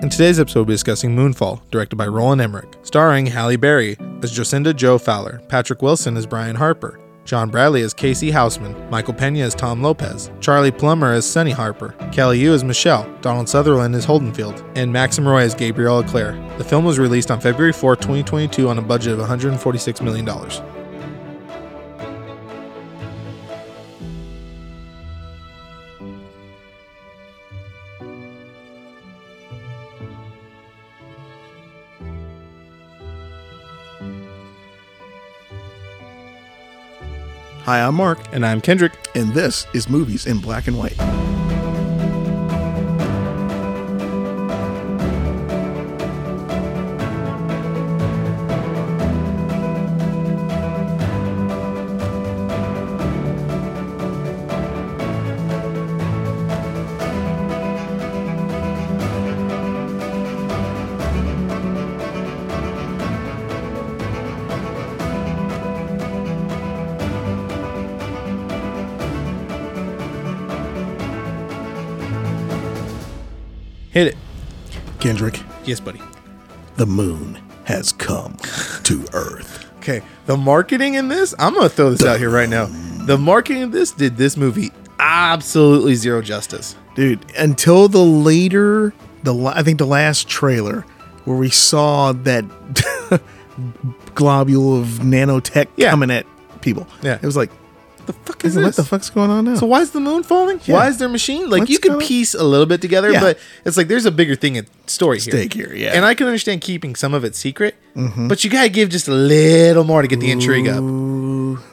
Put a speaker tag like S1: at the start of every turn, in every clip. S1: In today's episode, we'll be discussing Moonfall, directed by Roland Emmerich, starring Halle Berry as Jacinda Joe Fowler, Patrick Wilson as Brian Harper, John Bradley as Casey Houseman, Michael Pena as Tom Lopez, Charlie Plummer as Sonny Harper, Kelly Yu as Michelle, Donald Sutherland as Holdenfield, and Maxim Roy as Gabrielle Clare. The film was released on February 4, 2022 on a budget of $146 million.
S2: Hi, I'm Mark,
S1: And I'm Kendrick.
S2: and this is Movies in Black and White.
S1: Hit it.
S2: Kendrick,
S1: Yes, buddy.
S2: the moon has come to Earth.
S1: Okay, the marketing in this, I'm gonna throw this out here right now. The marketing of this did this movie absolutely zero justice.
S2: Dude, until the later, the la- I think the last trailer where we saw that globule of nanotech
S1: Yeah.
S2: coming at people.
S1: Yeah.
S2: It was like,
S1: The fuck is
S2: what
S1: this?
S2: the fuck's going on now?
S1: so why is the moon falling?
S2: Yeah.
S1: Why is there a machine? Like
S2: What's
S1: you could
S2: going-
S1: piece a little bit together,
S2: Yeah.
S1: but it's like there's a bigger thing at story here.
S2: Stake here, yeah.
S1: And I can understand keeping some of it secret, but you gotta give just a little more to get the intrigue up.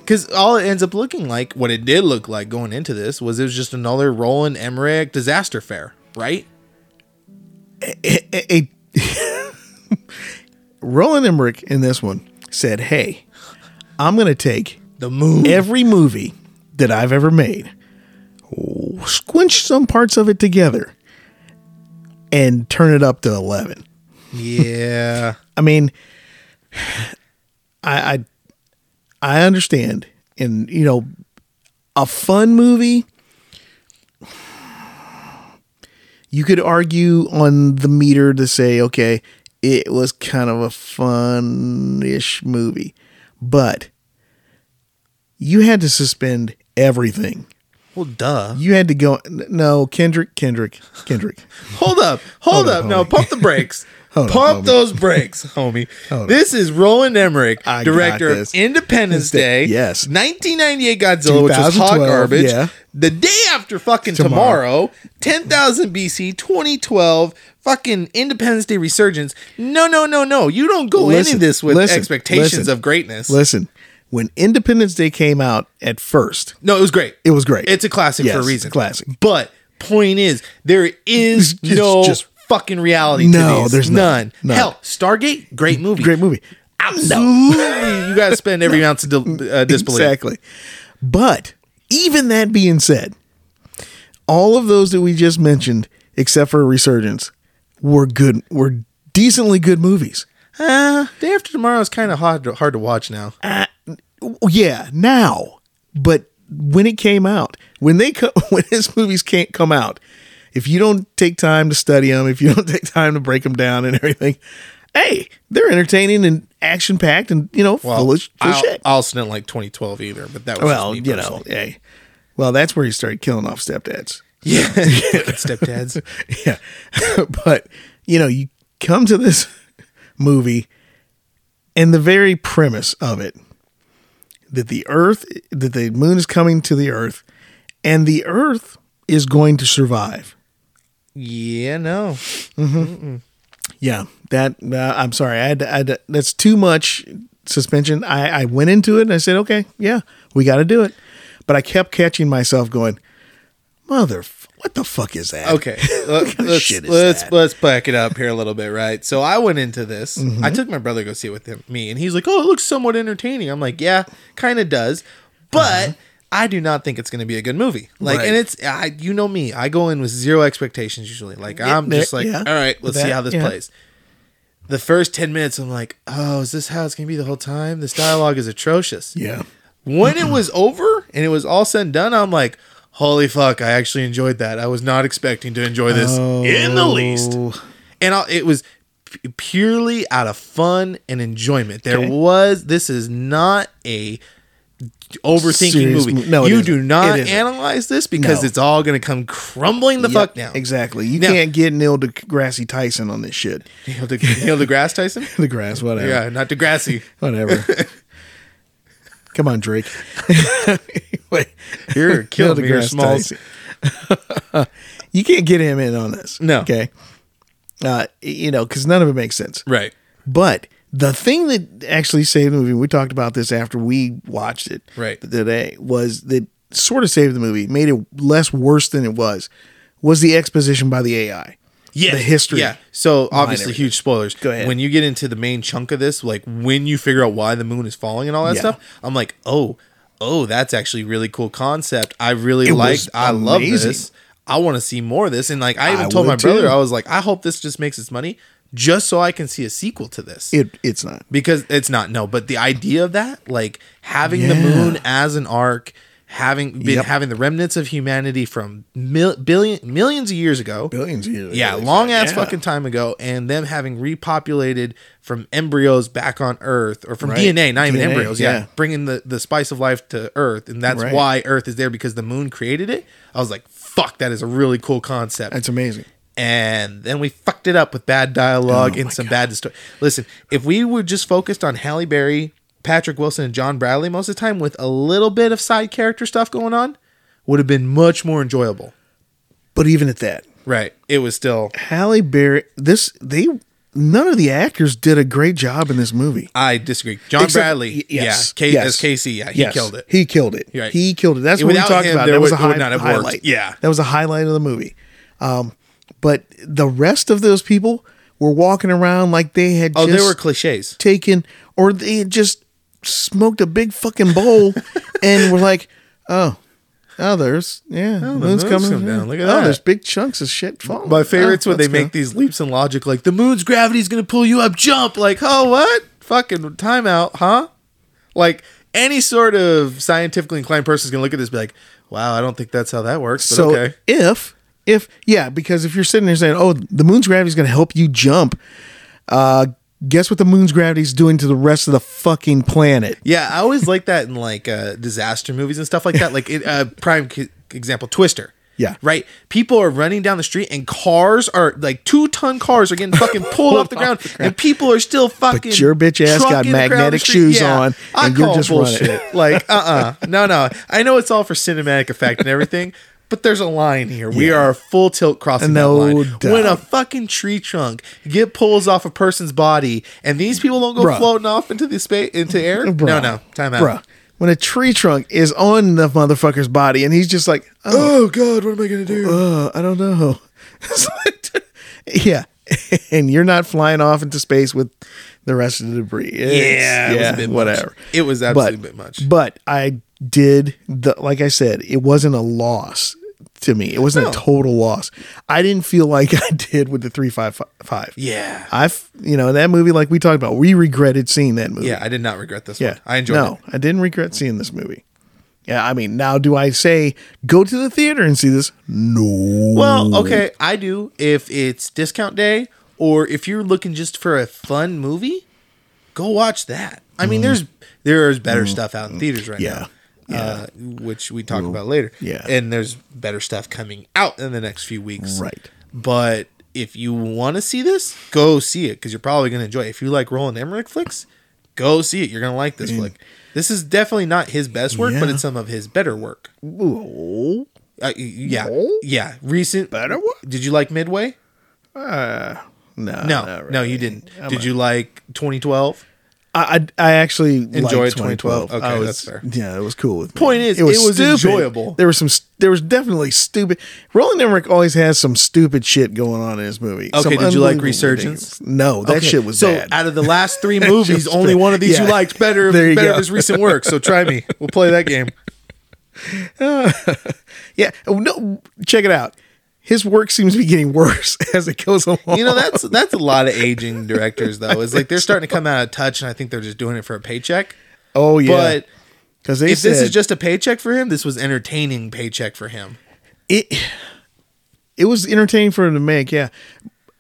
S1: Because all it ends up looking like, what it did look like going into this, was it was just another Roland Emmerich disaster fair, right?
S2: a, a- Roland Emmerich in this one said, "Hey, I'm going to take
S1: The moon.
S2: every movie that I've ever made, squinch some parts of it together, and turn it up to eleven.
S1: yeah.
S2: I mean, I, I I understand, and you know, a fun movie. You could argue on the meter to say, okay, it was kind of a fun-ish movie, but you had to suspend everything.
S1: Well, duh.
S2: You had to go. n- No, Kendrick, Kendrick, Kendrick.
S1: Hold up, hold,
S2: Hold
S1: up.
S2: up,
S1: no,
S2: homie.
S1: pump the brakes.
S2: Hold up,
S1: pump
S2: homie.
S1: those brakes, homie.
S2: Hold
S1: this is Roland Emmerich,
S2: I got
S1: director of
S2: this.
S1: Independence
S2: This
S1: Day.
S2: day- yes.
S1: 1998 Godzilla, which was hot
S2: 2012,
S1: garbage.
S2: yeah.
S1: The day after fucking tomorrow,
S2: Tomorrow.
S1: 10,000 BC, 2012, fucking Independence Day resurgence. No, no, no, no. You don't go into
S2: Listen,
S1: this with
S2: listen,
S1: expectations
S2: listen.
S1: of greatness.
S2: Listen, when Independence Day came out at first,
S1: No, it was great.
S2: It was great.
S1: It's a classic
S2: Yes,
S1: for a reason.
S2: classic.
S1: But point is, there is
S2: It's
S1: no
S2: just-
S1: fucking reality. to
S2: No,
S1: these.
S2: there's
S1: none.
S2: none. None.
S1: Hell, Stargate, great movie.
S2: great movie.
S1: Absolutely, you got to spend every ounce of dil- uh, disbelief.
S2: Exactly. But even that being said, all of those that we just mentioned, except for Resurgence, were good. Were decently good movies.
S1: Uh, day after tomorrow is kind of hard to, hard to watch now.
S2: Uh, Yeah, now, but when it came out, when they co- when his movies can't come out, if you don't take time to study them, if you don't take time to break them down and everything, hey, they're entertaining and action packed and you know full of, full of
S1: I'll,
S2: shit.
S1: I'll snit like 2012 either, but that was
S2: well,
S1: just me
S2: you
S1: personally.
S2: know, hey, well that's where he started killing off stepdads.
S1: yeah, stepdads.
S2: yeah. but, you know, you come to this movie and the very premise of it that the earth, that the moon is coming to the earth and the earth is going to survive.
S1: Yeah, no.
S2: Yeah. That, uh, I'm sorry. I had, to, I had to- that's too much suspension. I, I went into it and I said, okay, yeah, we got to do it. But I kept catching myself going, mother, what the fuck is that?
S1: Okay, let,
S2: kind of
S1: us
S2: shit is
S1: let's
S2: that?
S1: let's back it up here a little bit, right? So I went into this.
S2: Mm-hmm.
S1: I took my brother to go see it with him, me, and he's like, "Oh, it looks somewhat entertaining." I'm like, "Yeah, kind of does," but I do not think it's going to be a good movie. Like,
S2: Uh-huh. Right.
S1: and it's I, you know me, I go in with zero expectations usually. Like, I'm
S2: there-
S1: just like,
S2: yeah.
S1: "All right, let's see
S2: That-
S1: how this
S2: yeah.
S1: plays." The first ten minutes, I'm like, "Oh, is this how it's going to be the whole time?" This dialogue is atrocious
S2: Yeah.
S1: when it was over and it was all said and done, I'm like,
S2: Oh.
S1: holy fuck, I actually enjoyed that. I was not expecting to enjoy this in the least. and i it was p- purely out of fun and enjoyment. There
S2: Okay.
S1: was this is not a overthinking
S2: Serious
S1: movie.
S2: mo- no, it
S1: you
S2: isn't.
S1: do not
S2: It isn't.
S1: analyze this because
S2: No.
S1: it's all going to come crumbling the
S2: Yeah,
S1: fuck down.
S2: Exactly. You
S1: Now-
S2: can't get Neil deGrasse Tyson on this shit.
S1: Neil deGrasse, Neil deGrasse Tyson?
S2: The grass, whatever.
S1: Yeah, not deGrasse.
S2: Whatever. Come on, Drake. anyway,
S1: You're killing me,
S2: Neil
S1: your
S2: deGrasse
S1: smalls.
S2: Tyson. you can't get him in on this.
S1: No.
S2: Okay. Uh, you know, because none of it makes sense.
S1: Right.
S2: But the thing that actually saved the movie, we talked about this after we watched it
S1: Right.
S2: today, was that sort of saved the movie, made it less worse than it was, was the exposition by the AI.
S1: Yeah.
S2: The history.
S1: Yeah. So obviously
S2: everything.
S1: huge spoilers.
S2: Go ahead.
S1: When you get into the main chunk of this, like when you figure out why the moon is falling and all that
S2: Yeah.
S1: stuff, I'm like, oh, oh, that's actually a really cool concept. I really
S2: It
S1: liked
S2: was
S1: I love
S2: amazing.
S1: this. I want to see more of this. And like I even
S2: I
S1: told my
S2: would,
S1: brother,
S2: too.
S1: I was like, I hope this just makes its money just so I can see a sequel to this.
S2: It it's not.
S1: because it's not no but the idea of that like having the
S2: Yeah.
S1: moon as an arc having been
S2: Yep.
S1: having the remnants of humanity from mil- billion millions of years ago
S2: Billions of years.
S1: yeah long ass fucking time ago and them having repopulated from embryos back on earth or from
S2: Right.
S1: dna not even
S2: DNA,
S1: embryos yeah.
S2: yeah.
S1: bringing the the spice of life to earth and that's
S2: Right.
S1: why earth is there because the moon created it i was like fuck that is a really cool concept
S2: That's amazing.
S1: and then we fucked it up with bad dialogue
S2: Oh
S1: and
S2: my
S1: some bad story. Listen, if we were just focused on Halle Berry, Patrick Wilson, and John Bradley most of the time, with a little bit of side character stuff going on, would have been much more enjoyable.
S2: But even at that,
S1: Right? It was still.
S2: Halle Berry this they none of the actors did a great job in this movie.
S1: I disagree. John
S2: Except-
S1: Bradley,
S2: y- yes,
S1: yeah, K-
S2: yes.
S1: as Casey, yeah, he
S2: Yes,
S1: killed it.
S2: He killed it.
S1: You're right.
S2: He killed it. That's
S1: Yeah,
S2: what we
S1: without
S2: talked
S1: him,
S2: about.
S1: there
S2: That was
S1: would-
S2: a
S1: it would
S2: high,
S1: not have worked.
S2: highlight.
S1: Yeah.
S2: that was a highlight of the movie. Um, but the rest of those people were walking around like they had
S1: Oh,
S2: just
S1: there were cliches.
S2: taken or they had just smoked a big fucking bowl and were like, oh. Oh, there's yeah. the moon's, coming
S1: coming
S2: down.
S1: down. Look at
S2: oh,
S1: that.
S2: there's big chunks of shit falling.
S1: My favorites
S2: Oh,
S1: when they
S2: let's go.
S1: make these leaps in logic, like the moon's gravity is going to pull you up, jump. Like, oh, what? Fucking timeout, huh? Like any sort of scientifically inclined person is going to look at this, and be like, wow, I don't think that's how that works. But
S2: So
S1: okay,
S2: if if yeah, because if you're sitting there saying, "Oh, the moon's gravity is going to help you jump," uh, guess what the moon's gravity is doing to the rest of the fucking planet?
S1: yeah, I always like that in like uh, disaster movies and stuff like that. Like, it, uh, prime c- example, Twister.
S2: Yeah.
S1: Right. People are running down the street and cars are like two ton cars are getting fucking pulled off the ground and people are still fucking.
S2: your bitch ass got
S1: trucking around the
S2: magnetic
S1: street.
S2: shoes on,
S1: I
S2: and you're
S1: call
S2: just running.
S1: bullshit. Like, uh uh No, no. I know it's all for cinematic effect and everything, but there's a line here. We are full tilt crossing
S2: No
S1: that line.
S2: doubt.
S1: When a fucking tree trunk get pulls off a person's body and these people don't go
S2: Bruh.
S1: floating off into the space into air. No,
S2: Bruh.
S1: no. Time out.
S2: Bruh, when a tree trunk is on the motherfucker's body and he's just like, "Oh,
S1: Oh God, what am I gonna do?
S2: uh, I don't know," It's like, yeah, and you're not flying off into space with the rest of the debris. It's-
S1: yeah, it was a bit much.
S2: whatever.
S1: It was absolutely a bit much.
S2: But I did the like I said, it wasn't a loss to me. It wasn't
S1: No.
S2: a total loss. I didn't feel like I did with the three five five.
S1: Yeah.
S2: I've you know that movie like we talked about. We regretted seeing that movie.
S1: Yeah, I did not regret this
S2: yeah.
S1: one. I enjoyed
S2: No,
S1: it.
S2: I didn't regret seeing this movie. Yeah, I mean, now do I say go to the theater and see this? No.
S1: Well, okay, I do if it's discount day or if you're looking just for a fun movie, go watch that. I mean, there's there's better stuff out in theaters right
S2: Yeah.
S1: now. Uh, which we talk about later.
S2: Yeah.
S1: And there's better stuff coming out in the next few weeks.
S2: Right.
S1: But if you want to see this, go see it because you're probably going to enjoy it. If you like Roland Emmerich flicks, go see it. You're going to like this flick. This is definitely not his best work, but
S2: Yeah.
S1: it's some of his better work.
S2: Ooh.
S1: Uh, y- yeah,
S2: No?
S1: yeah. Recent
S2: Better work?
S1: Did you like Midway?
S2: No.
S1: No,
S2: not really.
S1: no, you didn't. Did you like 2012?
S2: I I I actually
S1: Enjoyed
S2: enjoyed 2012.
S1: 2012. Okay,
S2: I was-
S1: that's fair.
S2: Yeah, it was cool. with me.
S1: Point is, it was enjoyable.
S2: There was some. st- There was definitely stupid. Roland Emmerich always has some stupid shit going on in his movie.
S1: Okay,
S2: Some
S1: did you like
S2: unbelievable
S1: Resurgence?
S2: ridiculous- No, that
S1: Okay,
S2: shit was
S1: so.
S2: bad.
S1: Out of the last three movies,
S2: Just
S1: only
S2: bad.
S1: one of these you
S2: Yeah.
S1: liked better.
S2: There you
S1: better
S2: go.
S1: of his recent work. So try me. We'll play that game.
S2: yeah, oh, no, check it out. His work seems to be getting worse as it goes along.
S1: You know that's that's a lot of aging directors though. It's like they're starting to come out of touch, and I think they're just doing it for a paycheck.
S2: oh yeah,
S1: But
S2: because they
S1: if
S2: said
S1: this is just a paycheck for him, this was entertaining paycheck for him.
S2: it. It was entertaining for him to make. Yeah,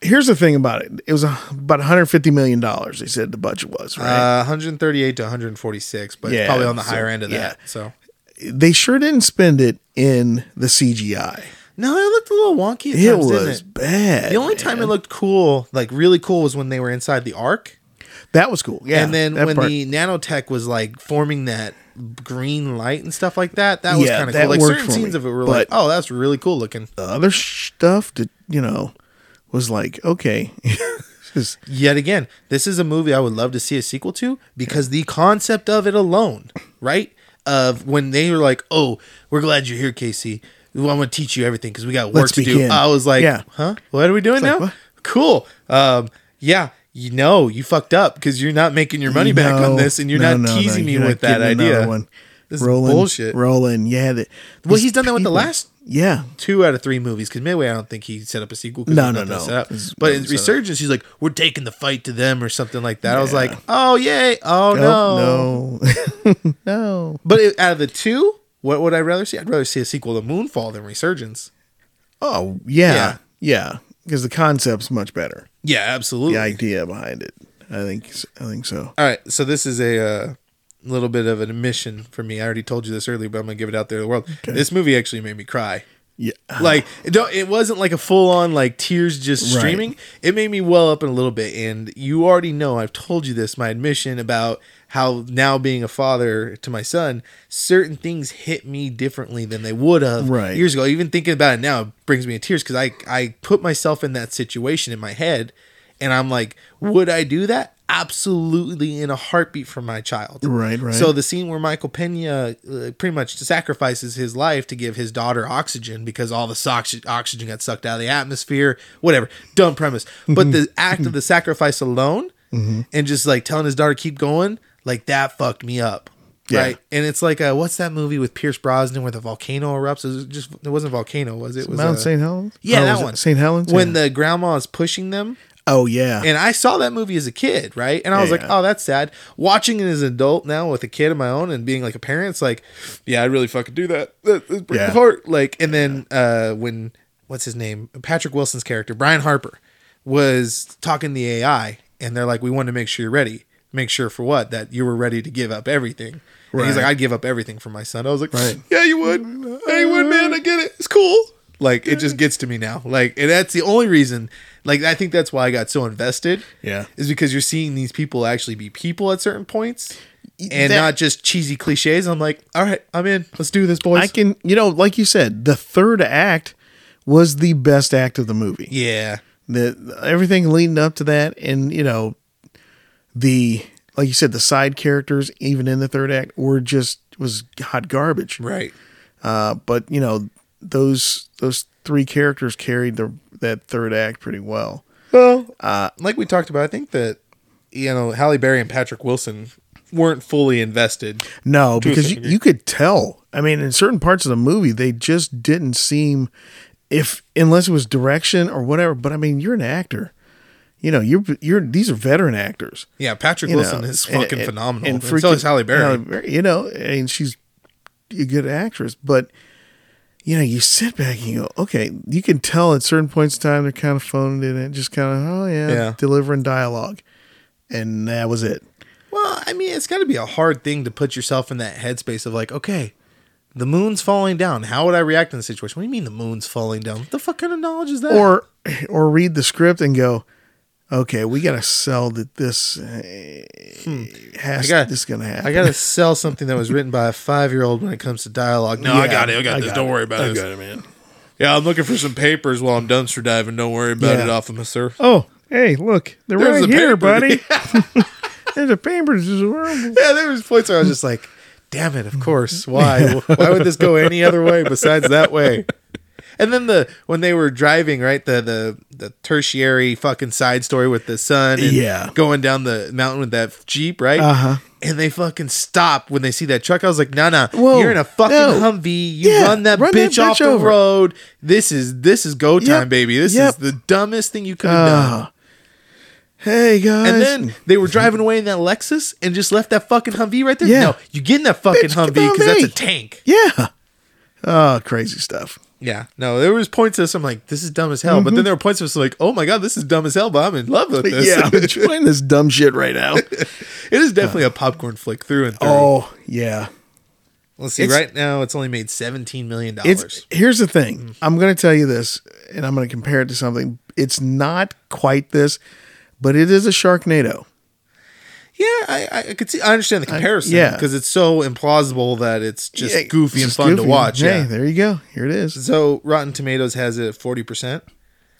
S2: here's the thing about it. It was uh, about 150 million dollars. They said the budget was
S1: Uh,
S2: right.
S1: 138 to 146, but
S2: Yeah,
S1: it's probably on the
S2: so-
S1: higher end of
S2: yeah.
S1: that. So
S2: they sure didn't spend it in the CGI.
S1: no, it looked a little wonky. At
S2: It
S1: times, didn't
S2: was bad.
S1: The only time it looked cool, like really cool, was when they were inside the arc,
S2: that was cool. Yeah,
S1: and then
S2: that
S1: when
S2: part-
S1: the nanotech was like forming that green light and stuff like that. That was
S2: Yeah,
S1: kind of
S2: that
S1: cool. Like
S2: worked
S1: certain
S2: for me,
S1: scenes of it were like,
S2: but-
S1: oh, that's really cool looking.
S2: the other stuff that you know was like okay, Just-
S1: Yet again, this is a movie I would love to see a sequel to because the concept of it alone, right? Of when they were like, "Oh, we're glad you're here, Casey. Well, I'm going to teach you everything because we got work
S2: Let's
S1: to
S2: begin.
S1: do." I was like,
S2: Yeah.
S1: "Huh? What are we doing now?"
S2: what?
S1: Cool. Um, yeah, you know, you fucked up because you're not making your money back on
S2: No,
S1: this, and you're
S2: no,
S1: not
S2: no, no,
S1: teasing me
S2: you're not
S1: with that
S2: getting
S1: idea.
S2: another One.
S1: This is
S2: rolling,
S1: bullshit.
S2: Rolling, yeah. The,
S1: Well,
S2: these
S1: he's done that with the
S2: people-
S1: last
S2: Yeah,
S1: two out of three movies because midway i don't think he set up a sequel 'cause
S2: No,
S1: there's nothing
S2: no, no.
S1: set up.
S2: It's-
S1: but
S2: no,
S1: in
S2: it's not.
S1: resurgence he's like we're taking the fight to them or something like that i was like oh yay oh no
S2: no, no, no.
S1: but it, out of the two what would i rather see i'd rather see a sequel to moonfall than resurgence
S2: Oh
S1: Yeah.
S2: yeah, yeah. Because the concept's much better.
S1: yeah absolutely
S2: The idea behind it, I think, s- I think so.
S1: all right so this is a uh, little bit of an admission for me i already told you this earlier but i'm gonna give it out there to the world this movie actually made me cry
S2: Yeah,
S1: like it don't, it wasn't like a full on like tears just
S2: Right.
S1: streaming. It made me well up in a little bit, and you already know I've told you this my admission about how now being a father to my son, certain things hit me differently than they would have
S2: Right.
S1: years ago. Even thinking about it now it brings me to tears because I I put myself in that situation in my head, and I'm like, would I do that? Absolutely, in a heartbeat for my child.
S2: Right, right.
S1: So the scene where Michael Pena uh, pretty much sacrifices his life to give his daughter oxygen because all the sox- oxygen got sucked out of the atmosphere, whatever. Dumb premise. But the act of the sacrifice alone
S2: Mm-hmm.
S1: and just like telling his daughter keep going, like that fucked me up.
S2: Yeah.
S1: Right. And it's like, uh, what's that movie with Pierce Brosnan where the volcano erupts? It was just, it wasn't a volcano, was it? it was
S2: Mount
S1: a-
S2: St. Helens.
S1: Yeah,
S2: Oh, was
S1: that
S2: it
S1: one.
S2: St. Helens.
S1: When
S2: Yeah.
S1: the grandma is pushing them
S2: oh yeah,
S1: and I saw that movie as a kid, right? And I was
S2: Yeah,
S1: like,
S2: yeah.
S1: oh, that's sad. Watching it as an adult now with a kid of my own and being like a parent, it's like, yeah, I really fucking do that. That, that breaks
S2: Yeah.
S1: my heart. Like, and then uh, when what's his name, Patrick Wilson's character, Brian Harper, was talking to the AI, and they're like, we wanted to make sure you're ready. Make sure for what that you were ready to give up everything. And he's
S2: Right.
S1: like, I'd give up everything for my son. I was like,
S2: Right.
S1: Yeah, you would. Yeah, you would, man. I get it. It's cool. Like it just gets to me now. Like, and that's the only reason. Like, I think that's why I got so invested
S2: Yeah.
S1: is because you're seeing these people actually be people at certain points and
S2: that-
S1: not just cheesy cliches. I'm like, all right, I'm in. Let's do this, boys.
S2: I can, you know, like you said, the third act was the best act of the movie.
S1: yeah.
S2: The everything leading up to that, and you know, the like you said, the side characters, even in the third act, were just was hot garbage.
S1: Right.
S2: Uh, but you know, those those three characters carried the that third act pretty well.
S1: Well, uh, like we talked about, I think that you know Halle Berry and Patrick Wilson weren't fully invested.
S2: No, because
S1: certain
S2: you,
S1: degree.
S2: you could tell. I mean, in certain parts of the movie, they just didn't seem, if unless it was direction or whatever. But I mean, you're an actor. You know, you're you're these are veteran actors.
S1: Yeah, Patrick
S2: you
S1: Wilson
S2: know,
S1: is
S2: and-
S1: fucking
S2: and-
S1: phenomenal.
S2: and
S1: And, so is
S2: freaking-
S1: Halle Berry.
S2: you know, and she's a good actress, but you know, you sit back and you go, okay, you can tell at certain points in time they're kind of phoned in it, just kind of, oh yeah,
S1: Yeah.
S2: delivering dialogue, and that was it.
S1: Well, I mean, it's got to be a hard thing to put yourself in that headspace of like, okay, the moon's falling down. How would I react in the situation? What do you mean the moon's falling down? What the fuck kind of knowledge is that?
S2: or or read the script and go, okay, we gotta sell that this uh,
S1: Hmm.
S2: has
S1: I got-
S2: this is gonna happen.
S1: I gotta sell something that was written by a five year old when it comes to dialogue. No, I
S2: Yeah,
S1: got it. I got
S2: I
S1: this.
S2: got
S1: Don't
S2: it.
S1: worry about
S2: I
S1: this.
S2: got it, man.
S1: Yeah, I'm looking for some papers while I'm dumpster diving. Don't worry about
S2: Yeah.
S1: it, off of my sir.
S2: Oh, hey, look, they're
S1: There's
S2: right
S1: the
S2: here,
S1: paper.
S2: buddy. There's a paper. This is horrible.
S1: Yeah, there was points where I was just like, "Damn it! Of course. Why? Why would this go any other way besides that way?" And then the when they were driving, right the the the tertiary fucking side story with the sun, and
S2: Yeah. Uh-huh.
S1: going down the mountain with that jeep, right? Uh huh. And they fucking stop when they see that truck. I was like, "No, nah, no,
S2: Whoa,
S1: you're in a fucking
S2: no.
S1: Humvee. You
S2: Yeah,
S1: run that
S2: run that
S1: bitch
S2: bitch
S1: off the
S2: over."
S1: road. This is this is go time,
S2: Yep,
S1: baby. This
S2: yep.
S1: is the dumbest thing you could have done."
S2: Uh, hey guys,
S1: And then they were driving away in that Lexus and just left that fucking Humvee right there.
S2: Yeah.
S1: No, you get in that fucking
S2: Bitch,
S1: Humvee
S2: get on
S1: because that's a
S2: me.
S1: tank.
S2: yeah, oh, crazy stuff.
S1: Yeah, no, there was points of this. I'm like, this is dumb as hell. But then there were points of this like, oh my god, this is dumb as hell. But I'm in love with this.
S2: Yeah, I'm enjoying this dumb shit right now.
S1: it is definitely a popcorn flick through and through.
S2: oh yeah,
S1: Let's see.
S2: It's-
S1: Right now, it's only made seventeen million
S2: it's
S1: dollars.
S2: here's the
S1: Mm.
S2: thing. I'm going to tell you this, and I'm going to compare it to something. It's not quite this, but it is a Sharknado.
S1: Yeah, I, I- I could see. I understand the comparison.
S2: yeah.
S1: because it's so implausible that it's just
S2: Yeah,
S1: goofy
S2: it's
S1: and
S2: just
S1: fun to
S2: goofy.
S1: watch.
S2: Hey,
S1: Yeah.
S2: there you go. Here it is.
S1: So Rotten Tomatoes has it at forty percent.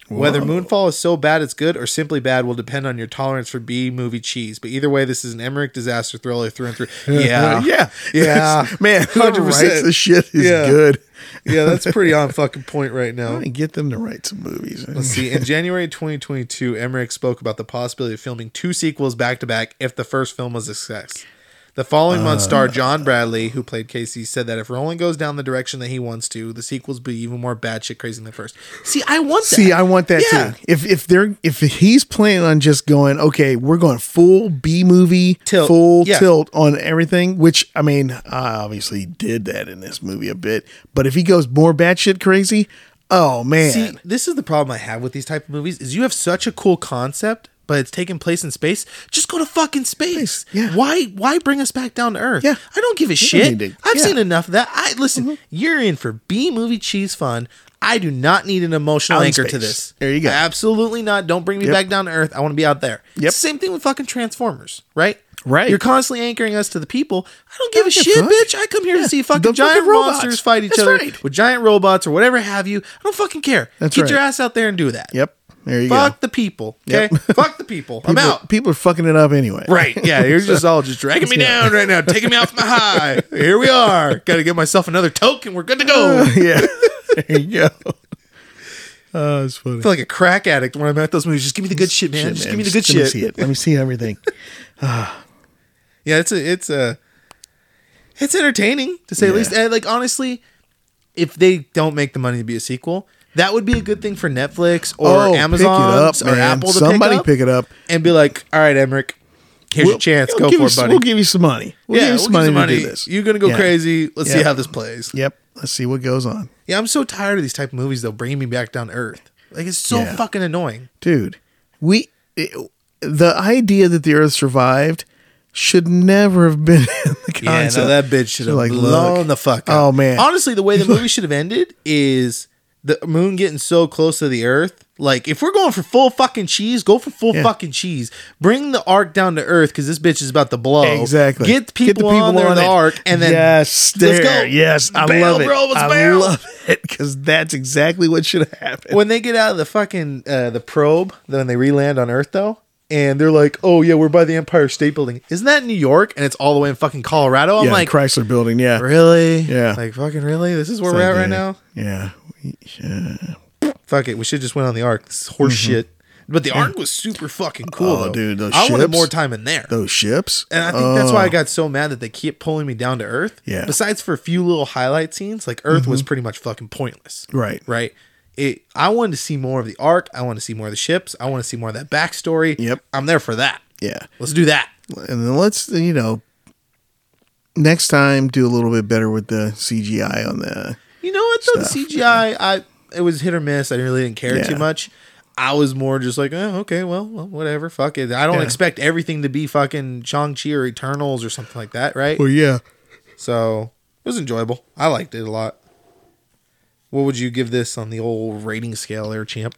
S1: Whether Moonfall is so bad it's good or simply bad will depend on your tolerance for B movie cheese. But either way, this is an Emmerich disaster thriller through and through. Yeah,
S2: Uh, yeah,
S1: Yeah.
S2: man. Hundred
S1: 100%.
S2: percent. The shit is
S1: Yeah.
S2: good.
S1: yeah, that's pretty on fucking point right now.
S2: Let me get them to write some movies.
S1: Let's see. In January 2022, Emmerich spoke about the possibility of filming two sequels back to back if the first film was a success. The following month,
S2: Uh.
S1: star John Bradley, who played Casey, said that if Roland goes down the direction that he wants to, the sequels be even more batshit crazy than the first. See, I want that.
S2: See, I want that
S1: Yeah.
S2: too. If if they're if he's planning on just going, okay, we're going full B movie,
S1: Tilt.
S2: full
S1: Yeah.
S2: tilt on everything. Which I mean, I obviously did that in this movie a bit. But if he goes more batshit crazy, oh man,
S1: See, this is the problem I have with these type of movies: is you have such a cool concept, but it's taking place in space. Just go to fucking space.
S2: yeah.
S1: Why? Why bring us back down to Earth?
S2: Yeah.
S1: I don't give a
S2: need
S1: shit.
S2: to-
S1: I've
S2: yeah. Mm-hmm.
S1: seen enough of that. I listen. You're in for B movie cheese fun. I do not need an emotional
S2: Out in
S1: anchor to
S2: space.
S1: this.
S2: There you go.
S1: Absolutely not. Don't bring me
S2: Yep.
S1: back down to Earth. I want to be out there.
S2: Yep.
S1: It's the same thing with fucking Transformers, right?
S2: Right.
S1: You're constantly anchoring us to the people. I don't give a
S2: give a
S1: shit,
S2: fuck.
S1: bitch. I come here to
S2: Yeah.
S1: see
S2: The
S1: fucking
S2: fucking
S1: giant
S2: robots.
S1: monsters fight each
S2: That's
S1: other
S2: right.
S1: with giant robots or whatever have you. I don't fucking care.
S2: That's
S1: Get
S2: right.
S1: your ass out there and do that.
S2: yep, there you
S1: Fuck
S2: go.
S1: the people. Okay.
S2: Yep.
S1: Fuck the people. I'm
S2: people,
S1: out.
S2: People are fucking it up anyway.
S1: Right. Yeah. You're just all just dragging me
S2: Yeah.
S1: down right now, taking me off my high. Here we are. Got to give myself another token. We're good to go. I
S2: yeah. There you go. Oh, it's funny.
S1: feel like a crack addict when I'm at those movies. Just give me the good shit, man.
S2: Shit,
S1: just
S2: man.
S1: give me the good
S2: let
S1: shit.
S2: see it. Let me see everything.
S1: Yeah. It's a. It's a. It's entertaining to say
S2: Yeah.
S1: the least. And like honestly, if they don't make the money to be a sequel, that would be a good thing for Netflix or
S2: Oh, pick it
S1: Amazon
S2: up,
S1: or
S2: man.
S1: Apple. To
S2: Somebody
S1: pick up.
S2: pick it up.
S1: and be like, "All right, Emmerich, here's your chance.
S2: we'll
S1: Go
S2: give
S1: for
S2: you
S1: it,
S2: some-
S1: buddy.
S2: We'll give you some money.
S1: yeah,
S2: We'll give you
S1: we'll
S2: some
S1: give
S2: money,
S1: you
S2: to do this.
S1: You're gonna go
S2: Yeah.
S1: crazy. Let's see
S2: Yeah.
S1: how this plays. Yeah.
S2: Yep. Let's see what goes on,
S1: I'm so tired of these type of movies. They'll bring me back down to earth. Like it's so
S2: Yeah.
S1: fucking annoying.
S2: dude. We it, the idea that the Earth survived should never have been in the concept.
S1: bitch should
S2: have
S1: blown
S2: look.
S1: the fuck.
S2: Oh, man.
S1: Honestly, the way the movie should have ended is the moon getting so close to the earth. Like if we're going for full fucking cheese, go for full
S2: Yeah.
S1: fucking cheese. Bring the ark down to earth because this bitch is about to blow.
S2: Exactly.
S1: Get the people, on there in the
S2: it.
S1: ark and then
S2: yes,
S1: let's go.
S2: there, yes, I
S1: Bail,
S2: love it.
S1: bro, let's
S2: I
S1: bail.
S2: love it because that's exactly what should have happened.
S1: when they get out of the fucking uh, the probe, then they re-land on Earth though, and they're like, "Oh yeah, we're by the Empire State Building." Isn't that in New York? And it's all the way in fucking Colorado. I'm
S2: yeah,
S1: like,
S2: Chrysler Building. Yeah,
S1: really?
S2: Yeah.
S1: Like fucking really? This is where we're at right now.
S2: Yeah, yeah.
S1: Fuck it. We should just went on the Ark. This is horse shit. But the Ark was super fucking cool.
S2: Mm-hmm. Oh,
S1: though.
S2: dude, those
S1: I wanted
S2: ships.
S1: more time in there.
S2: Those ships,
S1: and I think that's why I got so mad that they keep pulling me down to Earth.
S2: Yeah. Mm-hmm.
S1: Besides for a few little highlight scenes, like Earth was pretty much fucking pointless.
S2: Uh, Right.
S1: Right. It. I wanted to see more of the arc. I want to see more of the ships. I want to see more of that backstory.
S2: Yep.
S1: I'm there for that.
S2: Yeah,
S1: Let's do that.
S2: and then let's you know next time do a little bit better with the CGI on the
S1: You know what though? The CGI. I. It was hit or miss. I really didn't care too
S2: Yeah.
S1: much. I was more just like, oh, okay, well, well, whatever, fuck it. I don't
S2: Yeah.
S1: expect everything to be fucking Shang-Chi or Eternals or something like that, right?
S2: well yeah
S1: So it was enjoyable. I liked it a lot. What would you give this on the old rating scale there, champ?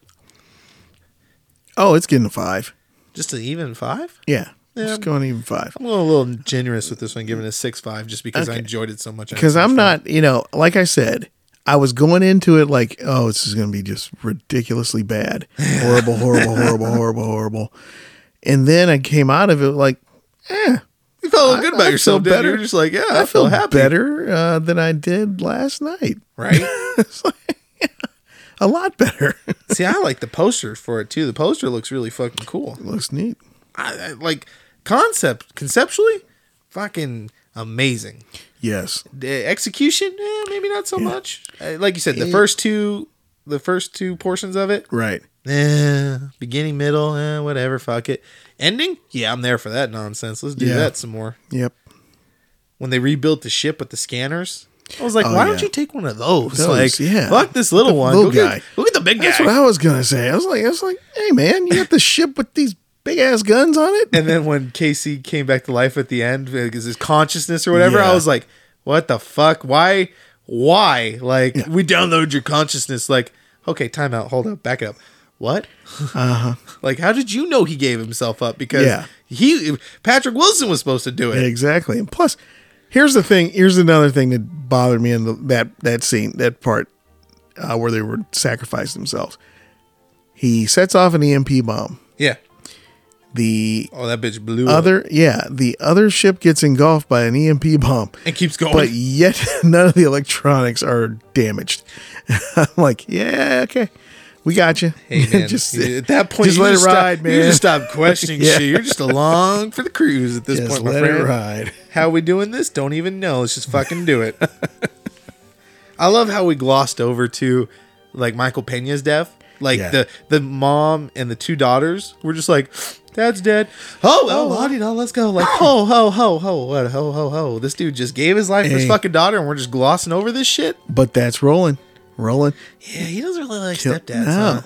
S2: oh it's getting a five
S1: Just an even five?
S2: yeah,
S1: Yeah.
S2: just going even five
S1: I'm going a little generous with this one, giving it a six five, just because I
S2: Okay.
S1: enjoyed it so much.
S2: because
S1: I had so
S2: I'm
S1: much
S2: not you know like I said I was going into it like oh this is gonna be just ridiculously bad horrible horrible horrible horrible horrible and then I came out of it like eh
S1: fun. You felt a little good
S2: I-
S1: about
S2: I
S1: yourself,
S2: feel
S1: dude. You're
S2: better.
S1: just like, yeah, I, feel,
S2: I feel
S1: happy,
S2: better uh, than I did last night
S1: right?
S2: It's like, a lot better
S1: See, I like the poster for it too. The poster looks really fucking cool.
S2: looks neat
S1: I, I like concept conceptually, fucking amazing.
S2: yes
S1: the execution eh, maybe not so much Uh, like you said
S2: Eh.
S1: the first two the first two portions of it
S2: right
S1: eh, beginning middle eh, whatever fuck it ending yeah i'm there for that nonsense let's do
S2: Yeah.
S1: that some more
S2: yep
S1: when they rebuilt the ship with the scanners I was like,
S2: Oh,
S1: why
S2: yeah.
S1: don't you take one of those?
S2: Those,
S1: like,
S2: yeah.
S1: fuck this little one.
S2: little
S1: Go get-
S2: guy.
S1: look at the big guy.
S2: That's what I was gonna say. I was like, I was like, hey man, you got the ship with these big ass guns on it.
S1: and then when Casey came back to life at the end, because his consciousness or whatever,
S2: Yeah.
S1: I was like, what the fuck? Why? Why? Like, we download your consciousness. Like, okay, timeout. Hold up. Back up. What? like, how did you know he gave himself up? Because
S2: Uh-huh. Yeah.
S1: he Patrick Wilson was supposed to do it.
S2: Exactly. And plus, here's the thing. Here's another thing that bothered me in the, that that scene, that part uh, where they were sacrificed themselves. He sets off an EMP bomb.
S1: Yeah.
S2: The
S1: Oh, that bitch blew up
S2: other, yeah, the other ship gets engulfed by an EMP bomb,
S1: and keeps going.
S2: but yet none of the electronics are damaged. I'm like, yeah, okay, we got you.
S1: Hey man,
S2: just
S1: at that point,
S2: just
S1: you
S2: let
S1: just
S2: it
S1: stop-
S2: ride, man.
S1: You just stop questioning
S2: Yeah.
S1: shit. You're just along for the cruise at this
S2: Just
S1: point, my
S2: let
S1: friend.
S2: it ride.
S1: How we doing this? Don't even know. Let's just fucking do it. I love how we glossed over to like Michael Pena's death. Like
S2: Yeah.
S1: the the mom and the two daughters were just like, "Dad's dead." Oh well, la di da, let's go. Like ho
S2: Oh.
S1: ho ho ho what ho ho ho. This dude just gave his life for his
S2: Hey.
S1: fucking daughter, and we're just glossing over this shit.
S2: But that's rolling, rolling.
S1: Yeah, he doesn't really like
S2: Kill-
S1: stepdads.
S2: no,
S1: Huh?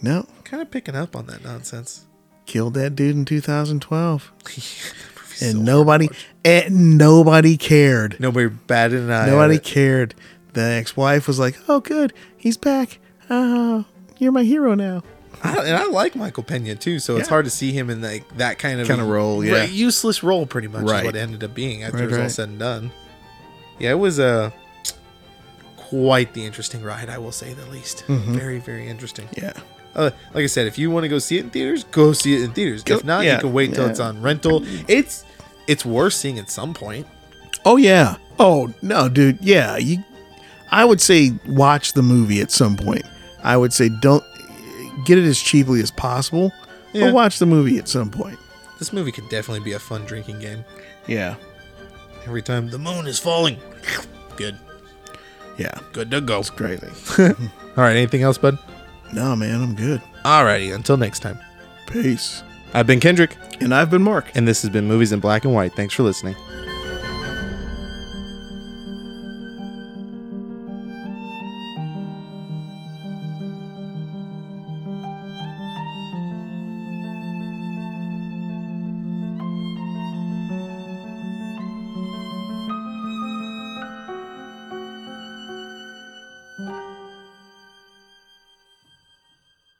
S2: no.
S1: Kind of picking up on that nonsense.
S2: killed that dude in 2012 and nobody and nobody cared
S1: Nobody batted an eye.
S2: nobody
S1: at it.
S2: cared the ex-wife was like oh good he's back oh you're my hero now
S1: I, and I like Michael Pena too, so it's
S2: Yeah.
S1: hard to see him in like that kind of
S2: Kinda role, yeah.
S1: Right, useless role, pretty much is
S2: Right.
S1: what it ended up being after
S2: Right,
S1: it was all
S2: right.
S1: said and done. Yeah, it was uh, quite the interesting ride, I will say the least.
S2: Mm-hmm.
S1: Very, very interesting.
S2: yeah
S1: Uh, like I said, if you want to go see it in theaters, go see it in theaters.
S2: Go-
S1: if not,
S2: yeah,
S1: you can wait till
S2: yeah.
S1: it's on rental. It's it's worth seeing at some point.
S2: oh yeah oh no dude yeah you i would say watch the movie at some point i would say don't get it as cheaply as possible
S1: Yeah.
S2: but watch the movie at some point
S1: This movie could definitely be a fun drinking game.
S2: yeah
S1: Every time the moon is falling, good,
S2: yeah
S1: good to go.
S2: it's crazy
S1: All right, anything else, bud?
S2: no man i'm good
S1: Alrighty, until next time.
S2: peace
S1: I've been Kendrick,
S2: and i've been mark
S1: and this has been Movies in Black and White. Thanks for listening.